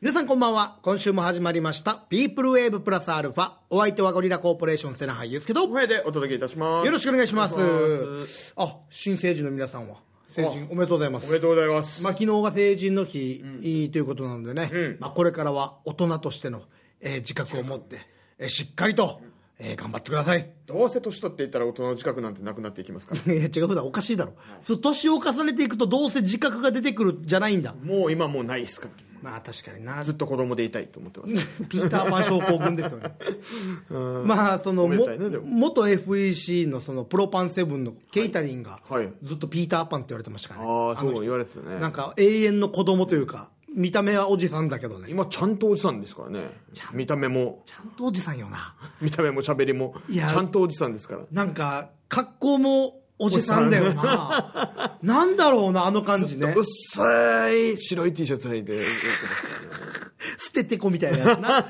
皆さんこんばんは。今週も始まりました。ピープルウェーブプラスアルファ。お相手はゴリラコーポレーションセナハイユースケと、およ声でお届けいたします。ろしくお願いしますお願いしま。あ、新成人の皆さんは、成人おめでとうございまおすめ。でとうございます。まあ、昨日が成人の日、いいということなのでね、うんまあ、これからは大人としての、えー自覚を持って、えーしっかりと、えー頑張ってください。 どうせ年取っていったら大人の自覚なんてなくなっていきますから。いや違う普段おかしいだろ、そう年を重ねていくとどうせ自覚が出てくるじゃないんだもう今もうないですから。まあ確かになずっと子供でいたいと思ってます。 ピーターパン症候群ですよねまあそのおめでもたいねでも元 FEC のそのプロパンセブンのケイタリンがはいはいずっとピーターパンって言われてましたからね、ああ、そのう言われてたなんね。か永遠の子供というか見た目はおじさんだけどね今ちゃんとおじさんですからね。見た目も、ちゃんとおじさんよな見た目も喋りも、いちやゃんとおじさんですから。なんか格好もおじさんだよななんだろうなあの感じ ね薄い白い T シャツ履いて、 捨ててこみたいなやつ な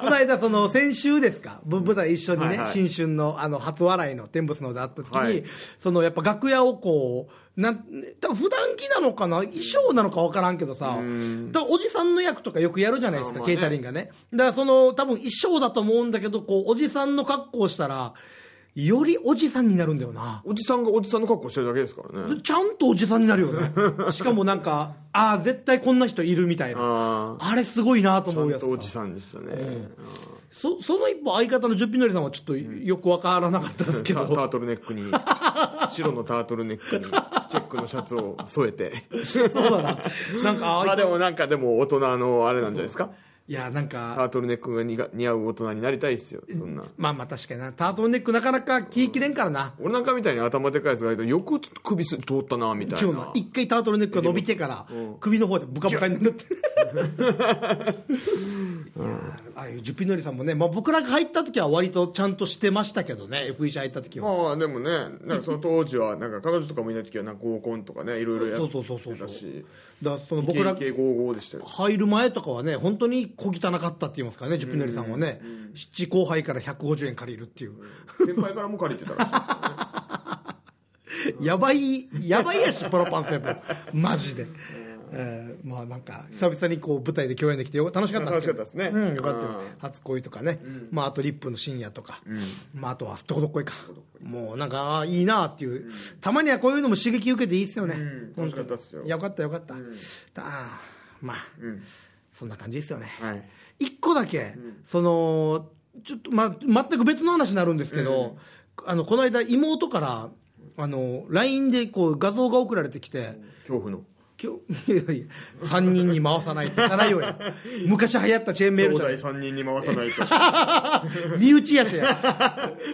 この間その先週ですかぶ舞台一緒にね、はいはい新春のあの初笑いの天仏ので会った時に、はいそのやっぱ楽屋をこうなん多分普段着なのかな衣装なのか分からんけどさだからおじさんの役とかよくやるじゃないですか、あまあケイねタリンがねだからその多分衣装だと思うんだけどこうおじさんの格好をしたらよりおじさんになるんだよなおじさんがおじさんの格好してるだけですからね。ちゃんとおじさんになるよね しかもなんかああ絶対こんな人いるみたいなああ、あれすごいなとちゃ思うんやつとおじさんでしたね。そその一歩相方のジュピノリさんはちょっとよくわからなかったですけタど、タートルネックに白のタートルネックにチェックのシャツを添えて そうだななん かあまあでもなんかでも大人のあれなんじゃないですかいやなんタかートルネックが似が似合う大人になりたいっすよそんなまあまあ確かになタートルネックなかなか気切れんからな、俺なんかみたいに頭でかいやつがいるとよく首す通ったなみたちいょっとなな一回タートルネックが伸びてから首の方でブカブカになるって、 いやああいうジュピノリさんもね、まあ、僕らが入った時は割とちゃんとしてましたけどね FEC 入った時は、まあでもねなんかその当時はなんか彼女とかもいない時はなんか合コンとかねいろいろやそっうそうそうそうてたしだからその僕僕らら系合合でしたよ入る前とかはね本当に小汚かったって言いますからねジュピノリさんはね、七後輩から150円借りるっていう、先輩からも借りてたらしいですよね やばい、やばいやし、プロパンセブン。マジで。えーまあなんか久々にこう舞台で共演できてよ楽しかった楽しかったでですすねけど うんよかったようん初恋とかね、まああとリップの深夜とか、まああとはどこどっこいかもうなんかあーいいなっていう、たまにはこういうのも刺激受けていいっすよね、ん楽しかったっす本当よにいやよかったよかった、だあーまあ、んそんな感じですよね、はい一個だけ、そのちょっと、まあ、全く別の話になるんですけど、あのこの間妹からあの LINE でこう画像が送られてきて恐怖の「今日 いやいや3人に回さないといかないよや」昔流行ったチェーンメー兄ルじゃ弟ない3人に回さない と身内やしや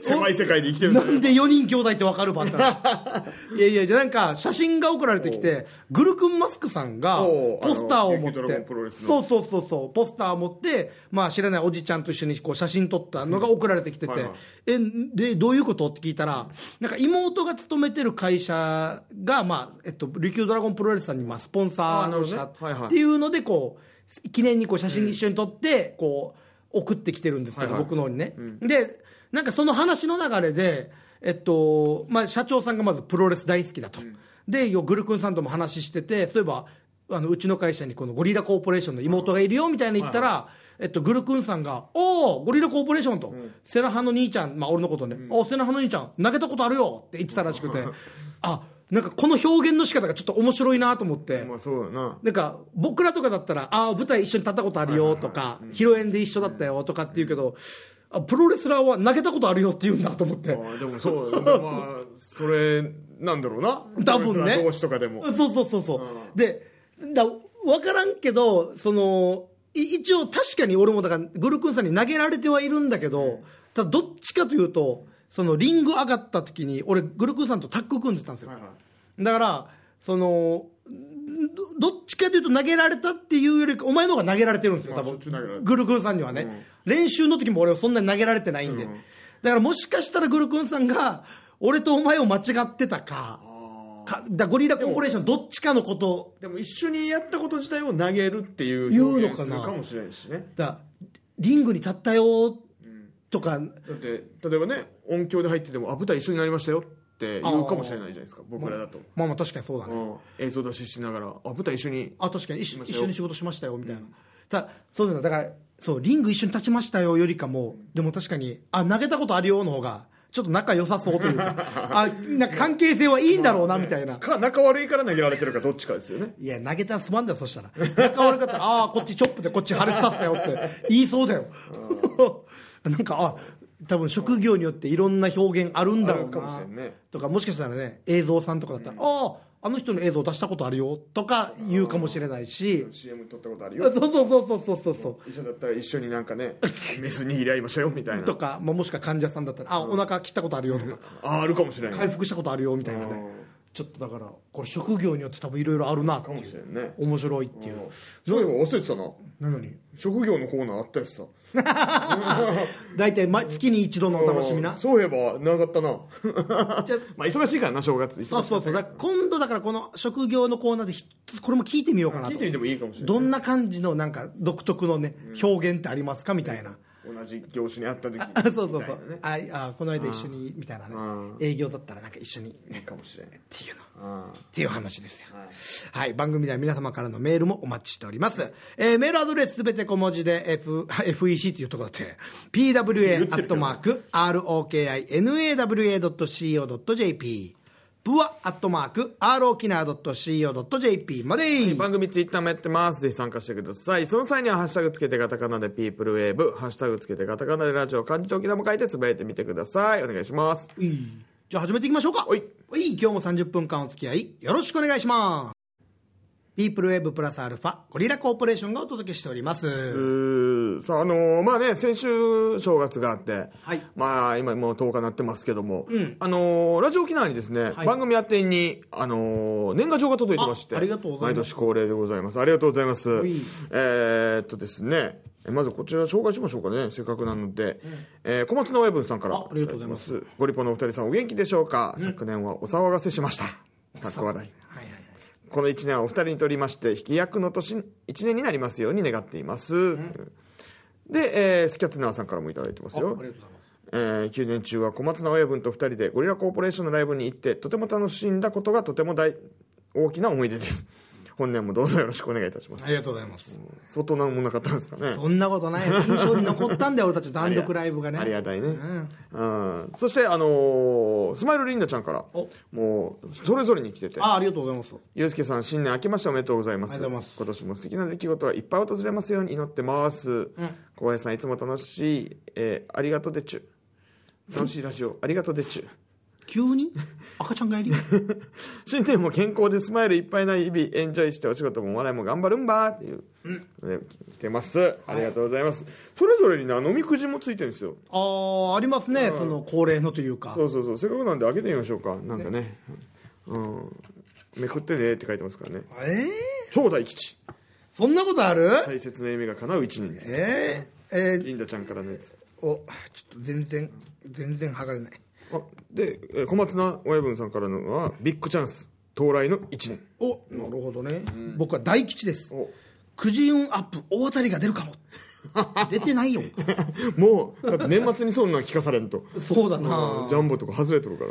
狭い世界で生きてるんだなよんで4人兄弟って分かるばったら いやいやじゃあなんか写真が送られてきてグルクンマスクさんがおうポスターを持っあの琉球ドラゴてンプロレスのそうそうそうそうポスターを持って、まあ、知らないおじちゃんと一緒にこう写真撮ったのが送られてきてて、はいはいえでどういうことって聞いたらなんか妹が勤めてる会社が、まあえっと、琉球ドラゴンプロレスさんにまあスポンサーをしたあなるほどねはいはいっていうのでこう記念にこう写真一緒に撮ってこう送ってきてるんですけど、はいはい僕の方にね、でなんかその話の流れで、えっとまあ、社長さんがまずプロレス大好きだと、でよグルクンさんとも話しててそういえばあのうちの会社にこのゴリラコーポレーションの妹がいるよみたいに言ったら、えっと、グルクンさんが「おおゴリラコーポレーションと」セナハの兄ちゃん、まあ、俺のことね「おセナハの兄ちゃん投げたことあるよ」って言ってたらしくてあなんかこの表現の仕方がちょっと面白いなと思って。まあそうだななんか僕らとかだったら「ああ舞台一緒に立ったことあるよ」とか「披露宴で一緒だったよ」とかって言うけど、あプロレスラーは投げたことあるよって言うんだと思ってああでもそうだね、まあ、それなんだろうな多分ね同士とかでもそうそうそうそう、でだ分からんけどそのい一応確かに俺もだからグルクンさんに投げられてはいるんだけど、ただどっちかというとそのリング上がった時に俺グルクンさんとタッグ組んでたんですよ、はいはだからそのどどっちかというと投げられたっていうよりかお前の方が投げられてるんですよま多あ分、そっち投げられてるグルクンさんにはね、練習の時も俺はそんなに投げられてないんで、だからもしかしたらグルクンさんが俺とお前を間違ってたかかだゴリラコーポレーションどっちかのことでも一緒にやったこと自体を投げるってい言ううの表現かなするかもしれんしねだリングに立ったよとか、だって例えばね音響で入ってても「あ舞台一緒になりましたよ」って言うかもしれないじゃないですか僕らだと、まあまあ確かにそうだね、うん映像出ししながら「あ舞台一緒にあ確かに一緒ましょう一緒に仕事しましたよみたいな、たそういうのだからそうリング一緒に立ちましたよよりかもでも確かにあ投げたことあるよの方がちょっと仲良さそうというかあなんか関係性はいいんだろうなみたいな。か仲悪いから投げられてるかどっちかですよねいや投げたらすまんだよそしたら仲悪かったらああこっちチョップでこっち破裂させたよって言いそうだよ なんかあ多分職業によっていろんな表現あるんだろうあるかもなしれんねとかもしかしたらね映像さんとかだったら、あああの人の映像出したことあるよとか言うかもしれないし CM 撮ったことあるそうよそうそうそうそうそうそう一緒だったら一緒になんかねメス握り合いましたよみた いなとか、まあ、もしくは患者さんだったらあお腹切ったことあるよと かああるかもしれない回復したことあるよみたいなねちょっとだからこれ職業によって多分いろいろあるなってかもいしうれんね面白いっていうそういえば忘れてたななのに職業のコーナーあったやつさ大体毎月に一度のお楽しみなうんそういえばなかったなじゃあ まあ忙しいからな正月そうそうそうだから今度だからこの職業のコーナーでひこれも聞いてみようかな聞いとてみてもいいかもしれないどんな感じのなんか独特のね表現ってありますかみたいな同じ業種に会った時あそうそうそうみたいなねああこの間一緒にみたいなねうん営業だったらなんか一緒にっねかもしれないていうのあっていう話ですよ。はい、番組では皆様からのメールもお待ちしております。えーメールアドレスすべて小文字で F、FEC っていうとこだって、pwa.rokinawa.co.jp、pua.rokina.co.jp まで、番組ツイッターもやってますぜひ参加してくださいその際には「ハッシュタグつけてカタカナでピープルウェーブ」「ハッシュタグつけてカタカナでラジオ」漢字と沖縄も書いてつぶやいてみてくださいお願いしますいいじゃあ始めていきましょうか。おいおい今日も30分間お付き合いよろしくお願いします。ピープルウェーブプラスアルファ、ゴリラコーポレーションがお届けしております。うーさああのーまあね先週正月があって、はいまあ今もう10日なってますけども、あのーラジオ沖縄にですね、はい番組宛てにあのー年賀状が届いてましてあありがとうございます毎年恒例でございますありがとうございますいえーっとですねえまずこちら紹介しましょうかねせっかくなので、えー小松の親分さんからあありがとうございますいただきゴリポのお二人さんお元気でしょうか、昨年はお騒がせしましたかっこ笑いはいはいこの1年はお二人にとりまして飛躍の年1年になりますように願っていますで、えースキャッテナーさんからもいただいてますあありがとようございます。えー9年中は小松菜親分と2人でゴリラコーポレーションのライブに行ってとても楽しんだことがとても大大きな思い出です本年もどうぞよろしくお願いいたしますありがとうございます。相当なんもなかったんですかねそんなことないよ印象に残ったんだよ、俺たちの単独ライブがね。ありがたいね、んうんそして、あのースマイルリンダちゃんからおもうそれぞれに来ててあありがとうございます。ゆうすけさん新年明けましておめでとうございますありがとうございます今年も素敵な出来事がいっぱい訪れますように祈ってます浩、平さんいつも楽しい、えーありがとうでちゅ楽しいラジオありがとうでちゅ急に赤ちゃん帰り新年も健康でスマイルいっぱいな日々エンジョイしてお仕事もお笑いも頑張るんばーっていう、ね来てますありがとうございます、それぞれにな飲みくじもついてるんですよああ、ありますね、その恒例のというか。そうそうそうせっかくなんで開けてみましょうかなんかねうんめくってねって書いてますからねええ超大吉そんなことある、大切な夢が叶う一年ええええリンダちゃんからのやつお、ちょっと全然、全然剥がれない。あでえー小松菜親分さんからのはビッグチャンス到来の1年お、なるほどね。僕は大吉ですお。くじ運アップ、大当たりが出るかも。出て ないよ。 もうだって年末にそんなん聞かされんとそうだなジ。ャンボとか外れとるから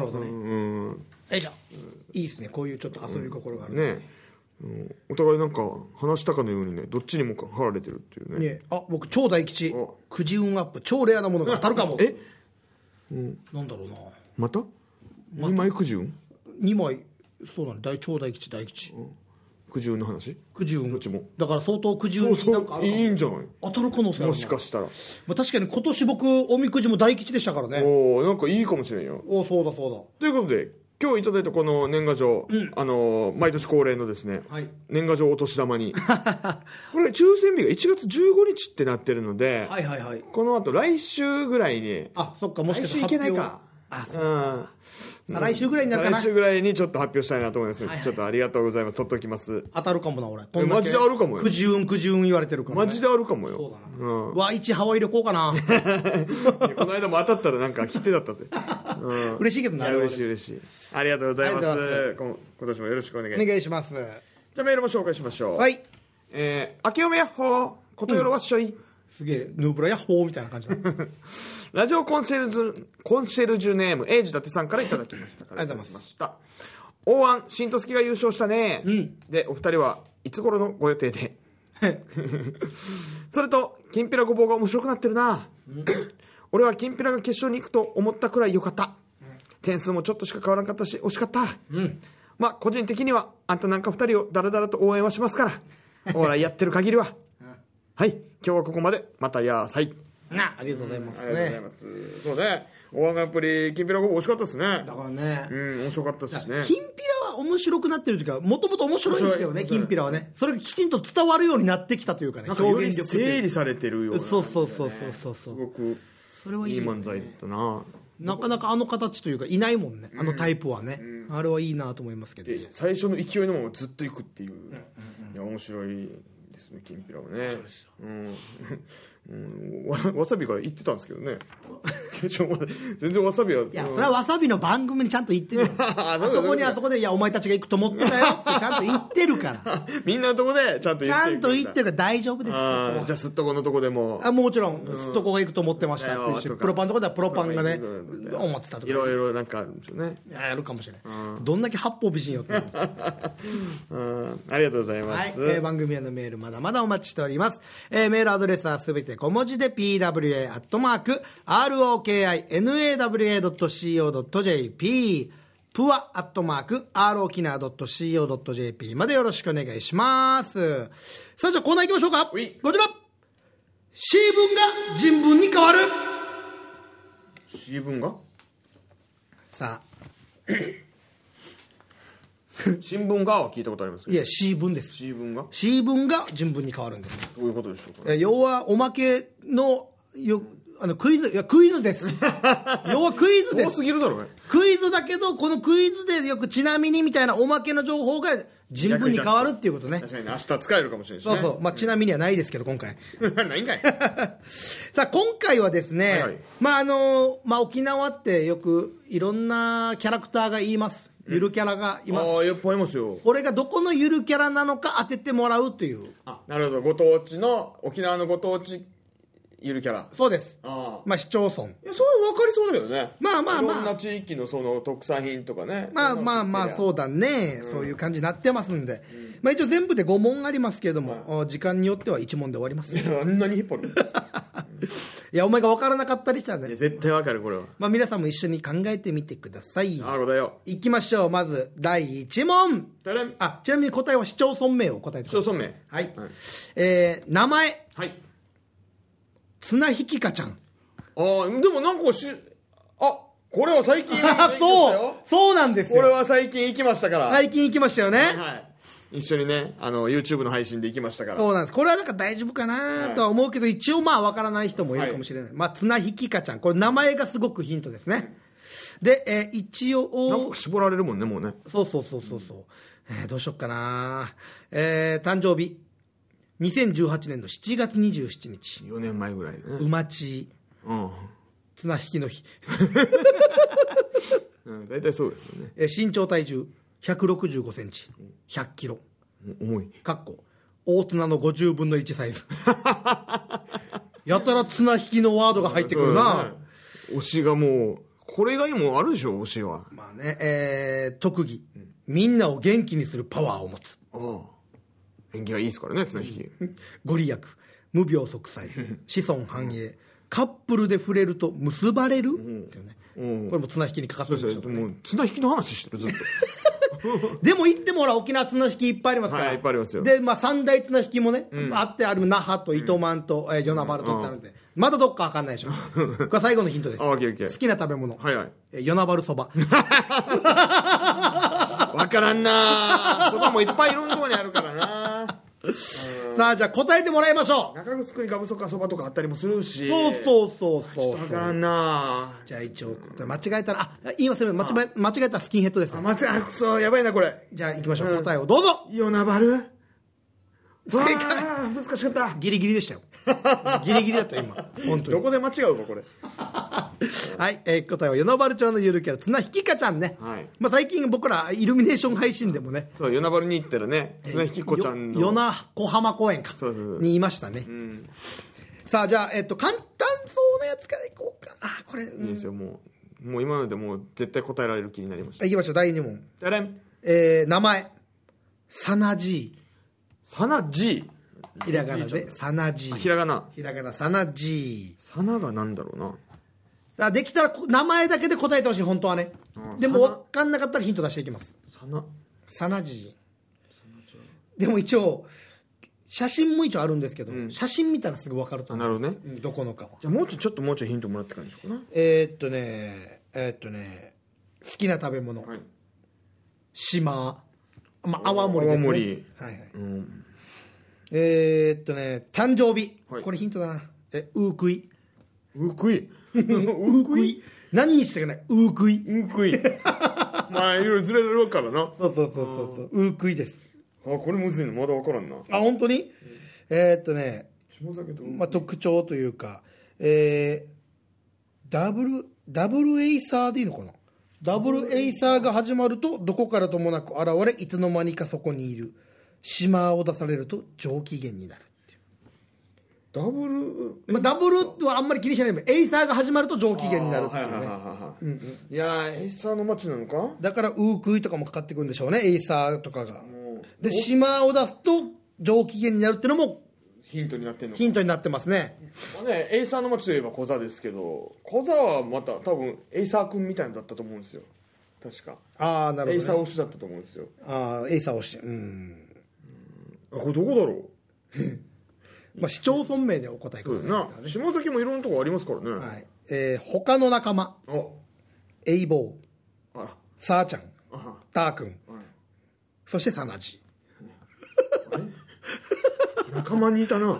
なるほどうね。んよいしょ。いいですね、こういうちょっと遊び心がある。ねうんお互いなんか話したかのようにねどっちにもか貼られてるっていうねね、あ僕超大吉おくじ運アップ超レアなものが当たるかもえなんだろうなまた二枚くじゅん2枚そうだね大超大吉大吉くじゅんの話くじ運どっちもだから相当くじ運になんかあるかもいいんじゃない当たる可能性あるなもしかしたらまあ、確かに今年僕おみくじも大吉でしたからねおおなんかいいかもしれんよおおそうだそということで今日いただいたこの年賀状、あのー毎年恒例のですね、うだはい年賀状お年 玉にこれ抽選日が1月15日ってなってるので、はいはいはいこのあと来週ぐらいにあそっかもしか来し週ていけないかあそううん再来週ぐらいになるかな来週ぐらいにちょっと発表したいなと思います、はいはいちょっとありがとうございます取っときます当たるかもな俺えマジであるかもよくじ運くじ運言われてるから、ね、マジであるかもよそうだな、うんわ一ハワイ旅行か ないやこの間も当たったらなんか切手 だったぜ、うん、嬉しいけどいなや嬉しい嬉しいありがとうございますありがとうございこん今年もよろしくお願いお願いしますじゃあメールも紹介しましょうはいえー、明けおめやっほーことよろわっしょい、すげえヌーブラヤッホーみたいな感じだありがとうラジオコンシェルジュ、コンシェルジュネーム、エイジ伊達さんからいただきました。あ。りがとうございます大安、新都月が優勝したね。ん で、お二人はいつ頃のご予定で、それときんぴらごぼうが面白くなってるな俺はきんぴらが決勝に行くと思ったくらい良かった点数もちょっとしか変わらなかったし惜しかった、まあ個人的にはあんたなんか2人をだらだらと応援はしま すからお笑いやってる限りは、はい今日はここまでまたやーさいなありがとうございますあね、りがとうございますそうねおわがやっぱりきんぴらごぼう惜しかったですねだからね、うん面白かったですねきんぴらは面白くなってるというかもともと面白いんですよね面白いきんぴらはねそれがきちんと伝わるようになってきたというかねなんかよ表り現力ってい整う理されてるようなそうそうそうそうそうすそうごくそれはいいい漫才だったななかなかあの形というかいないもんねあのタイプはね、あれはいいなと思いますけどで最初の勢いのままずっと行くっていう,、いや面白いですねきんぴらはねうん、うん、わわさびが言ってたんですけどね決勝まで全然わさびはいやそれはわさびの番組にちゃんと言ってるよ あそこにあそこで「いやお前たちが行くと思ってたよ」ってちゃんと 言ってるからみんなのとこでちゃんとち言っゃてんと言ってるから大丈夫ですよあーじゃあすっとこのとこでもあもちろんすっとこが行くと思ってましたっていうしだよとかプロパンのとこではプロパンがね思ってたといかろいろなんかあるんですよねいややるかもしれない、どんだけ八方美人よってはい、うんありがとうございます、えー番組へのメールまだまだお待ちしております、えーメールアドレスはすべて小文字で pwa.rokinawa.co.jp プアアットマーク rokina.co.jp までよろしくお願いしますさあじゃあコーナー行きましょうかういこちら C 文が人文に変わる C 文がさあ新聞がは聞いたことありますけいどや C 文です C 文がど C 文が人文に変わるんですういうことでしょうかえ要はおまけのよあのクイズいやクイズ です要はクイズで多すすぎるだろねクイズだけどこのクイズでよくちなみにみたいなおまけの情報が人文に変わるっていうことね確かにね明日使えるかもしれないしそねうそう、まあ、ちなみにはないですけど今回 ないんかいさあ今回はですね、はいはいまああのまあ、沖縄ってよくいろんなキャラクターが言いますゆるキャラがいます、ああやっぱいますよこれがどこのゆるキャラなのか当ててもらうというあなるほどご当地の沖縄のご当地ゆるキャラそうですああまあ市町村いやそれ分かりそうだけどねまあまあまあいろんな地域のその特産品とかねまあまあまあうそうだね、そういう感じになってますんで、まあ、一応全部で5問ありますけれども、お時間によっては1問で終わります いあんなに引っ張るやお前が分からなかったりしたらいねや、絶対分かるこれはまあ、皆さんも一緒に考えてみてくださいああごだよいきましょうまず第1問誰れんあちなみに答えは市町村名を答えてくだ市さい村名はい、はいえー名前はい綱引きかちゃんああでもなんかしあこれは 最近あそうそうなんですこれよは最近行きましたから最近行きましたよね、はい、一緒にねあの YouTube の配信で行きましたからそうなんです。これはなんか大丈夫かなとは思うけど、一応まあわからない人もいるかもしれない。まあ、綱引きかちゃん。これ名前がすごくヒントですね。で、えー一なん応か、絞られるもんねもうねそうそうそうそうそう。えーどうしよっかなえー誕生日。2018年の7月27日。 4年前ぐらいねうまち、うん綱引きの日。うん大体そうですよねえー身長体重165センチ。100キロ。もう重いかっこ大綱の50分の1サイ ズやたら綱引きのワードが入ってくるな、そうだね推しがもうこれ以外にもあるでしょ推しはまあね、えー特技、みんなを元気にするパワーを持つ。ああ演技がいいですからね綱引きご利益、無病息 災、子孫繁栄、カップルで触れると結ばれる、っていうね。うんこれも綱引きにかかってるんそでうしょそううもう綱引きの話してるずっと でも行ってもほら沖縄綱引きいっぱいありますから、はいいっぱいありますよで、まあ、三大綱引きもね、あってある那覇と糸満と、えー与那原とってあるんで、まだどっかわかんないでしょこれは最後のヒントです あオッケーオッケー好きな食べ物、はいはいえー与那原そば分からんなあそばもいっぱいいろんなとこにあるからなさあじゃあ答えてもらいましょう中城にガブソカそばとかあったりもするしそうそうそうそうそう分からんなあじゃあ一応これ間違えたらあ言い忘れ間違え間違えたらスキンヘッドですあね松あくそやばいなこれじゃあ行きましょう答えをどうぞヨナバル正解難しかったギリギリでしたよギリギリだったよ今本当どにこで間違うかこれはい、えー答えは与那原町のゆるキャラ綱引きかちゃんね、はいまあ、最近僕らイルミネーション配信でもねそうヨナバルに行ったらね綱引きっ子ちゃんのよ与那小浜公園かそうそうそうにいましたねんさあじゃあ、えっと簡単そうなやつからいこうかなこれ、うんいいですよもうもう今のでもう絶対答えられる気になりましたいきましょう第2問、あれえー名前サナジサナ G ひらがなで「さなじあ」ひらがなひらがな「さなじさながなんだろうな」さあできたらこ名前だけで答えてほしい本当はねあでもさな分かんなかったらヒント出していきますさなサナジーでも一応写真も一応あるんですけど、写真見たらすぐ分かるとあ思なう、るほどねうんどこのかはじゃあもうちょいちょっともうちょいヒントもらってからにしようかなえーっとねえーっとね好きな食べ物、はい島まあ泡盛ですね泡盛はいはいうんえーっとね誕生日、はいこれヒントだなえウークイうくいうくい何にしたくないウークイうくいまあいろいろずれるからなあそうそうそうそうそうウークイですこれむずいのまだ分からんなあ本当に、えーっとね下酒とまあ、特徴というか、えーダブルダブルエイサーでいいのかなダブルエイサーが始まるとどこからともなく現れいつの間にかそこにいる島を出されると上機嫌になる、ダブルまあ、ダブルはあんまり気にしないでもエイサーが始まると上機嫌になるっていうはいはいねはいはいいやーエイサーの街なのかだからウークイとかもかかってくるんでしょうねエイサーとかがもで島を出すと上機嫌になるっていうのもヒントになってんのかヒントになってますねまあねエイサーの街といえば小座ですけど小座はまた多分エイサー君みたいのだったと思うんですよ確かああなエるイほサーど、ね、推しだったと思うんですよああエイサーをしうんあこれどこだろうまあ、市町村名でお答えください、な下関もいろんなとこありますからね、はいえー他の仲間エイボーああさーちゃんあターくんそしてサナジ仲間にいたな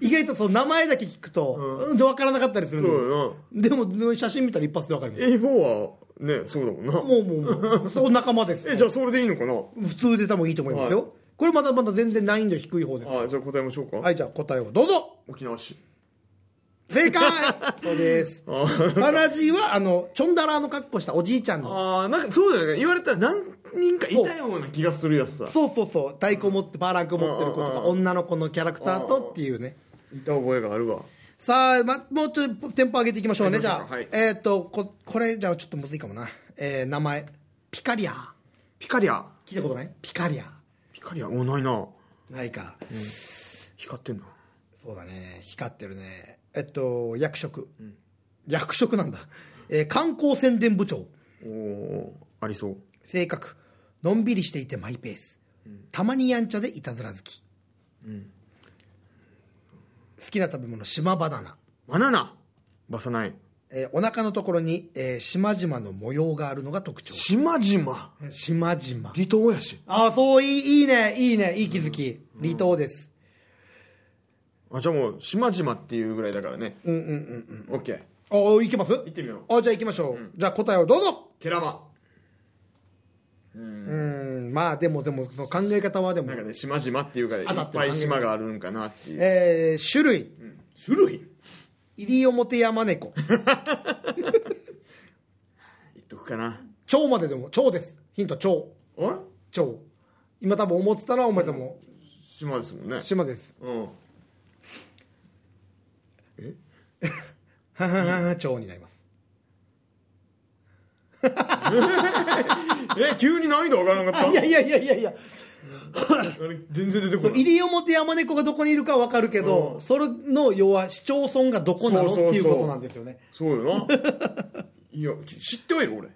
意外とその名前だけ聞くと、うん、分からなかったりするそのうよでも写真見たら一発で分かりまな A4 はねそうだもんなすもうもうもうそう仲間ですえじゃあそれでいいのかな普通で多分いいと思いますよ、はいこれまだまだ全然難易度低い方ですはあじゃあ答えましょうか、い、じゃあ答えをどうぞ沖縄市正解そう ですサナジはあのチョンダラーの格好したおじいちゃんのああなんかそうだよね言われたら何人かいたような気がするやつさそうそうそう太鼓持ってバーランク持ってる子とうんうかんうん女の子のキャラクターとっていうねいた覚えがあるわさあ、ま、もうちょっとテンポ上げていきましょうね、じゃあ。はいえっ、とこ、これじゃあちょっとむずいかもな。えー名前。ピカリア。ピカリア聞いたことないピカリア。ピカリアおないなないか。光ってんなそうだね。光ってるね。えっと、役職。役職なんだ。えー観光宣伝部長。おおありそう性格。のんびりしていてマイペース。たまにやんちゃでいたずら好き。好きな食べ物、島バナナ。バナナバサナイえーお腹のところに、えー島々の模様があるのが特徴。島々島々。離島やしああ、そう、いい、いいね、いいね、いい気づき。離島です。あじゃあもう島々っていうぐらいだからねうんうんうんうん。オッケーああ、いけます行ってみようあじゃあ行きましょう。じゃあ答えをどうぞケラマうーん、まあでもでも、その考え方はでもなん、かね島々っていうからい当たっってるぱい島があるんかなっていうえー、種類、種類西表山 猫。言っとくかな蝶まででも、蝶です。ヒント、蝶。あれ蝶。今多分思ってたら、お前多分、島ですもんね島です。うんはははは、蝶になります。え急に難易度上がらなかっいやいやいやいやいや、たあれ全然出てこない西表山猫がどこにいるかは分かるけど、それの、要は市町村がどこなのっそうてそうそういうことなんですよね。そうよな いやき知ってはいる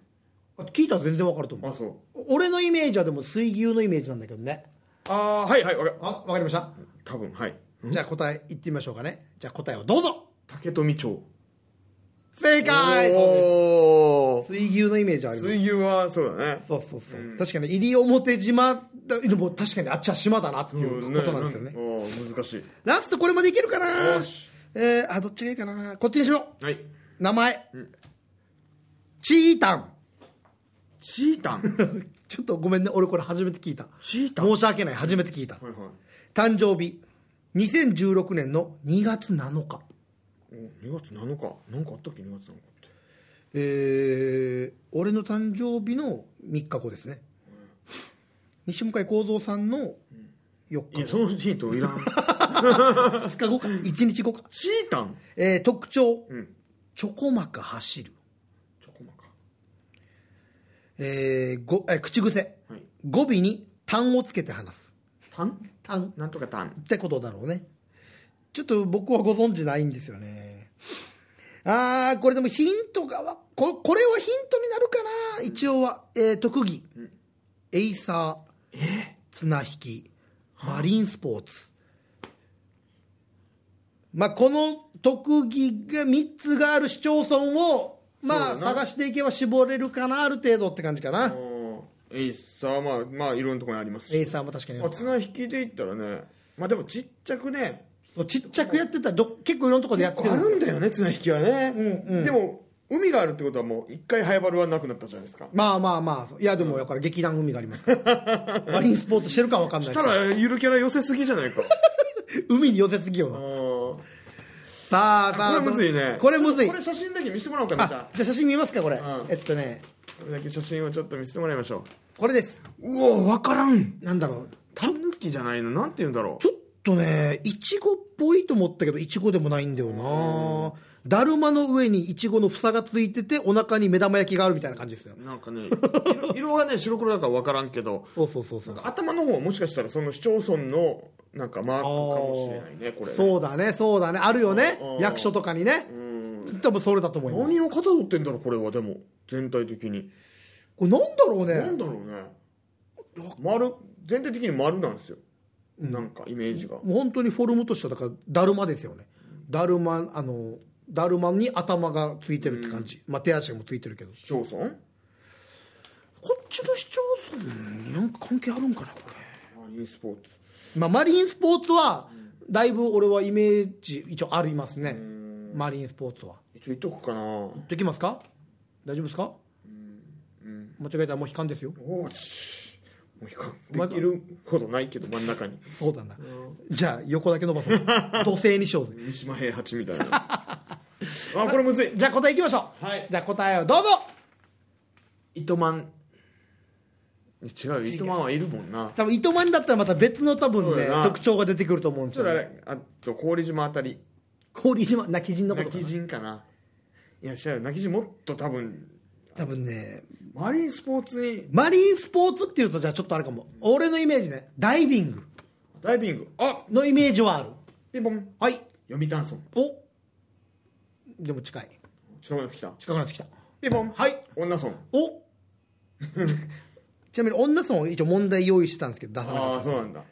聞いたら全然分かると思う俺。あそう俺のイメージはでも水牛のイメージなんだけどねあーはいはいわかあわかりました多分はいじゃあ答え言ってみましょうかねじゃあ答えをどうぞ竹富町正解そうでおーす水牛のイメージあります水牛はそうだねそうそうそう、確かに西表島だでも確かにあっちは島だなっていうことなんですよねおー難しいラストこれまでいけるかなよしえー、あどっちがいいかなこっちにしよはいう名前、チータンチータン ちょっとごめんね俺これ初めて聞いたチータン申し訳ない初めて聞いた、はいはい誕生日2016年の2月7日お2月7日何かあったっけ2月7日ってえー俺の誕生日の3日後ですね、西向井幸三さんの4い日やそのヒントいらん2日後か1日後か、 チータンえー特徴、んちょこまか走る、チョコマかえーごえー口癖、はい語尾に単をつけて話すタン単なんとかタンってことだろうねちょっと僕はご存知ないんですよねああこれでもヒントがわここれはヒントになるかな一応は、えー特技、エイサー綱引きマリンスポーツ、まあ、この特技が3つがある市町村をまあそうだな探していけば絞れるかなある程度って感じかなエイサーまあまあいろんなところにありますエしイサーも確かにあ綱引きでいったらねまあでもちっちゃくねちっちゃくやってたらど結構いろんなところでやってるあんですよるんだよね綱引きはね、でも海があるってことはもう一回ハイバルはなくなったじゃないですかまあまあまあいやでもだから劇団海がありますからマリンスポーツしてるかわかんないただゆるキャラ寄せすぎじゃない か海に寄せすぎよなあーさあさあこれむずいねこれむずいこれ写真だけ見せてもらおうかなあじゃじゃあ写真見ますかこれ、んえっとねあこれだけ写真をちょっと見せてもらいましょこれですううお分からんなんだろうタヌキじゃないのなんて言うんだろちょっとねいちごっぽいと思ったけどいちごでもないんだよなだるまの上にいちごの房がついててお腹に目玉焼きがあるみたいな感じですよねうなんかね色 色はね白黒だから分からんけどそうそうそうそう頭の方はもしかしたらその市町村のなんかマークかもしれないねこれねそうだねそうだねあるよねうん役所とかにねうん多分それだと思います何をかたどってんだろうこれはでも全体的にこれなんだろうなねんだろうね丸全体的に丸なんですよ、なんかイメージがもう本当にフォルムとしてはだからだるまですよねだるまあのだるまに頭がついてるって感じ、まあ手足もついてるけど市町村こっちの市町村になんか関係あるんかなこれ、マリンスポーツまあ、マリンスポーツはだいぶ俺はイメージ一応ありますねマリンスポーツは一応言っとくかなできますか大丈夫ですか間違えたらもう悲観ですよおーちもう比較できることないけど真ん中にそうだなじゃあ横だけ伸ばそう土星にしよ うぜ三島平八みたいなあこれむずいじゃあ答えいきましょう、はいじゃあ答えをどうぞ糸満違う糸満はいるもんな多分糸満だったらまた別の多分そうねやな特徴が出てくると思うんですちょよ、っとあね、れあと郡島あたり氷島泣き人のこと泣かきな人かないや知らない泣き人もっと多分多分ねマリンスポーツにマリンスポーツっていうとじゃあちょっとあれかも俺のイメージねダイビングダイビングあのイメージはあるピンポンはい読谷村おでも近い近くなってきた近くなってきたピンポンはい女村 おちなみに女村を一応問題用意してたんですけど出さなかあっあたそうなんだ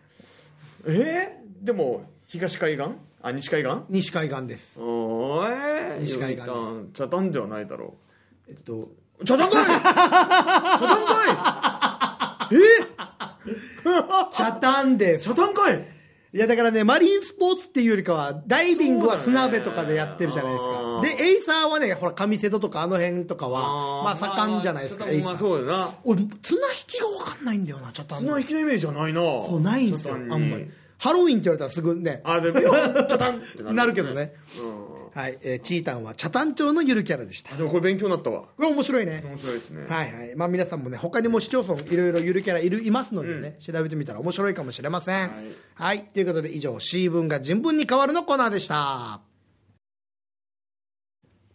えー、でも東海岸あ西海岸西海岸ですおーえー、西海岸です読谷茶炭ではないだろえっとう茶炭かい茶炭か いえ茶炭で ー、す茶炭かいいやだからねマリンスポーツっていうよりかはダイビングはそうだ砂ね辺とかでやってるじゃないですあかーでエイサーはねほら上瀬戸とかあの辺とかはまあ盛んじゃないですかまあエイサまあーそうだな俺綱引きが分かんないんだよなちょっとあんま綱り引きのイメージじゃないなそうないんですよあ茶炭にんまりハロウィンって言われたらすぐねあでも 茶炭ってなるなるけどねうんはい、えーチータンは茶炭町のゆるキャラでしたこでもこれ勉強になったわれ面白いね面白いですねはいはいまあ皆さんもね他にも市町村いろいろゆるキャラいるいますのでね、調べてみたら面白いかもしれませんははいい、ということで以上 C 文が人文に変わるのコーナーでした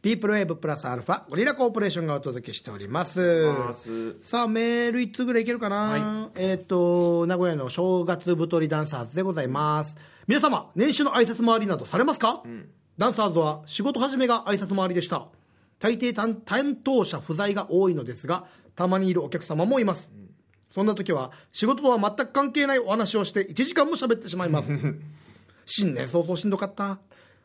ピープルウェーブプラスアルファゴリラコーポレーションがお届けしておりますますさあメール1通ぐらいいけるかな、えっ、と名古屋の正月太りダンサーズでございます皆様年始の挨拶回りなどされますか、ダンサーズは仕事始めが挨拶回りでした大抵担担当者不在が多いのですがたまにいるお客様もいます、そんな時は仕事とは全く関係ないお話をして1時間も喋ってしまいます 新年早々しんどかった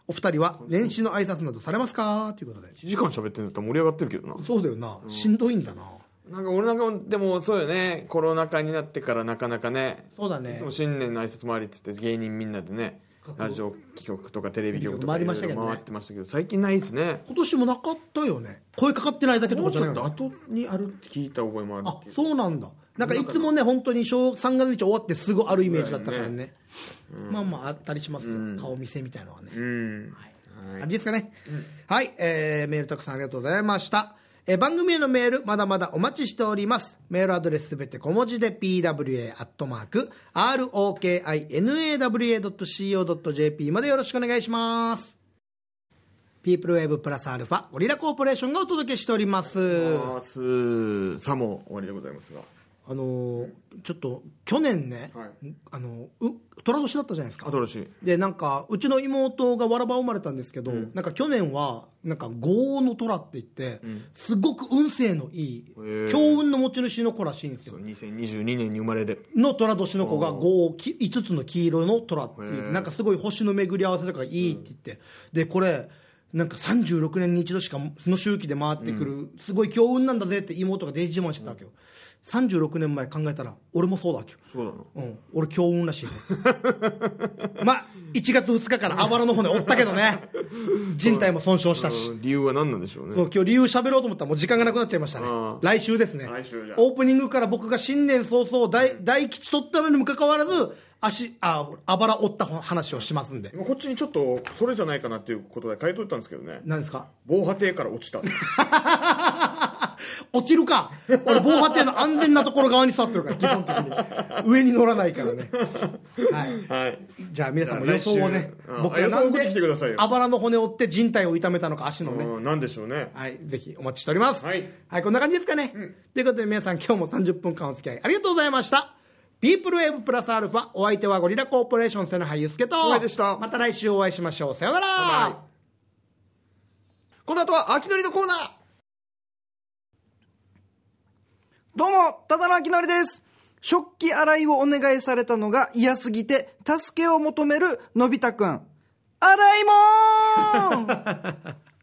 お二人は年始の挨拶などされますかということで1時間喋ってんだったら盛り上がってるけどなそうだよな、しんどいんだななんか俺なんかもでもそうよねコロナ禍になってからなかなかねそうだねいつも新年の挨拶回りっつって芸人みんなでねラジオ局とかテレビ局とか回りましたけどねいろいろ回ってましたけど最近ないですね今年もなかったよね声かかってないだけともかうじちゃなょいっとの後にあるって聞いた覚えもあるあけどそうなんだなんかいつもね本当に小三が日終わってすぐあるイメージだったからねまあまああったりしますよ、顔見せみたいのはね、うん感じですかね、はい、えーメールたくさんありがとうございました、えー番組へのメールまだまだお待ちしておりますメールアドレスすべて小文字で pwa.rokinawa.co.jp までよろしくお願いしますピープルウェーブプラスアルファゴリラコーポレーションがお届けしておりますあすさあもう終わりでございますがあのーちょっと去年ね、はあのう寅年だったじゃないですかアドロシーでなんかうちの妹がわらば生まれたんですけど、なんか去年はなんか豪の虎って言って、すごく運勢のいいー強運の持ち主の子らしいんですよ2022年に生まれるの虎年の子が5き5つの黄色の虎っていへうえなんかすごい星の巡り合わせとかがいいって言って、でこれなんか36年に一度しかその周期で回ってくる、すごい強運なんだぜって妹がデイジ自慢してたわけよ、36年前考えたら俺もそうだわけよそうだなうん、俺強運らしいね まあ1月2日からあばらの骨折ったけど ね人体も損傷したし、うん理由は何なんでしょうねそう今日理由喋ろうと思ったらもう時間がなくなっちゃいましたねうん来週ですね来週じゃオープニングから僕が新年早々大大吉取ったのにもかかわらず足ああばら折った話をしますんで今こっちにちょっとそれじゃないかなっていうことで書いといたんですけどね何ですか防波堤から落ちた 落ちるか俺防波堤の安全なところ側に座ってるから基本的に上に乗らないから ねはいはいじゃあ皆さんも予想をねじゃあ来週、僕あがなん予想を送ってきてくださいでよあばらの骨折って人体を痛めたのか足のね、うんなんでしょうねはい、ぜひお待ちしております。はい、こんな感じですかね。ということで皆さん今日も30分間お付き合いありがとうございました。ピープルウェーブプラスアルファ、お相手はゴリラコーポレーション瀬の俳優助と、お会いでしたまた来週お会いしましょう。さようなら。この後は秋のりのコーナーどうも、ただのあきのりです。食器洗いをお願いされたのが嫌すぎて、助けを求めるのび太くん。洗いもーん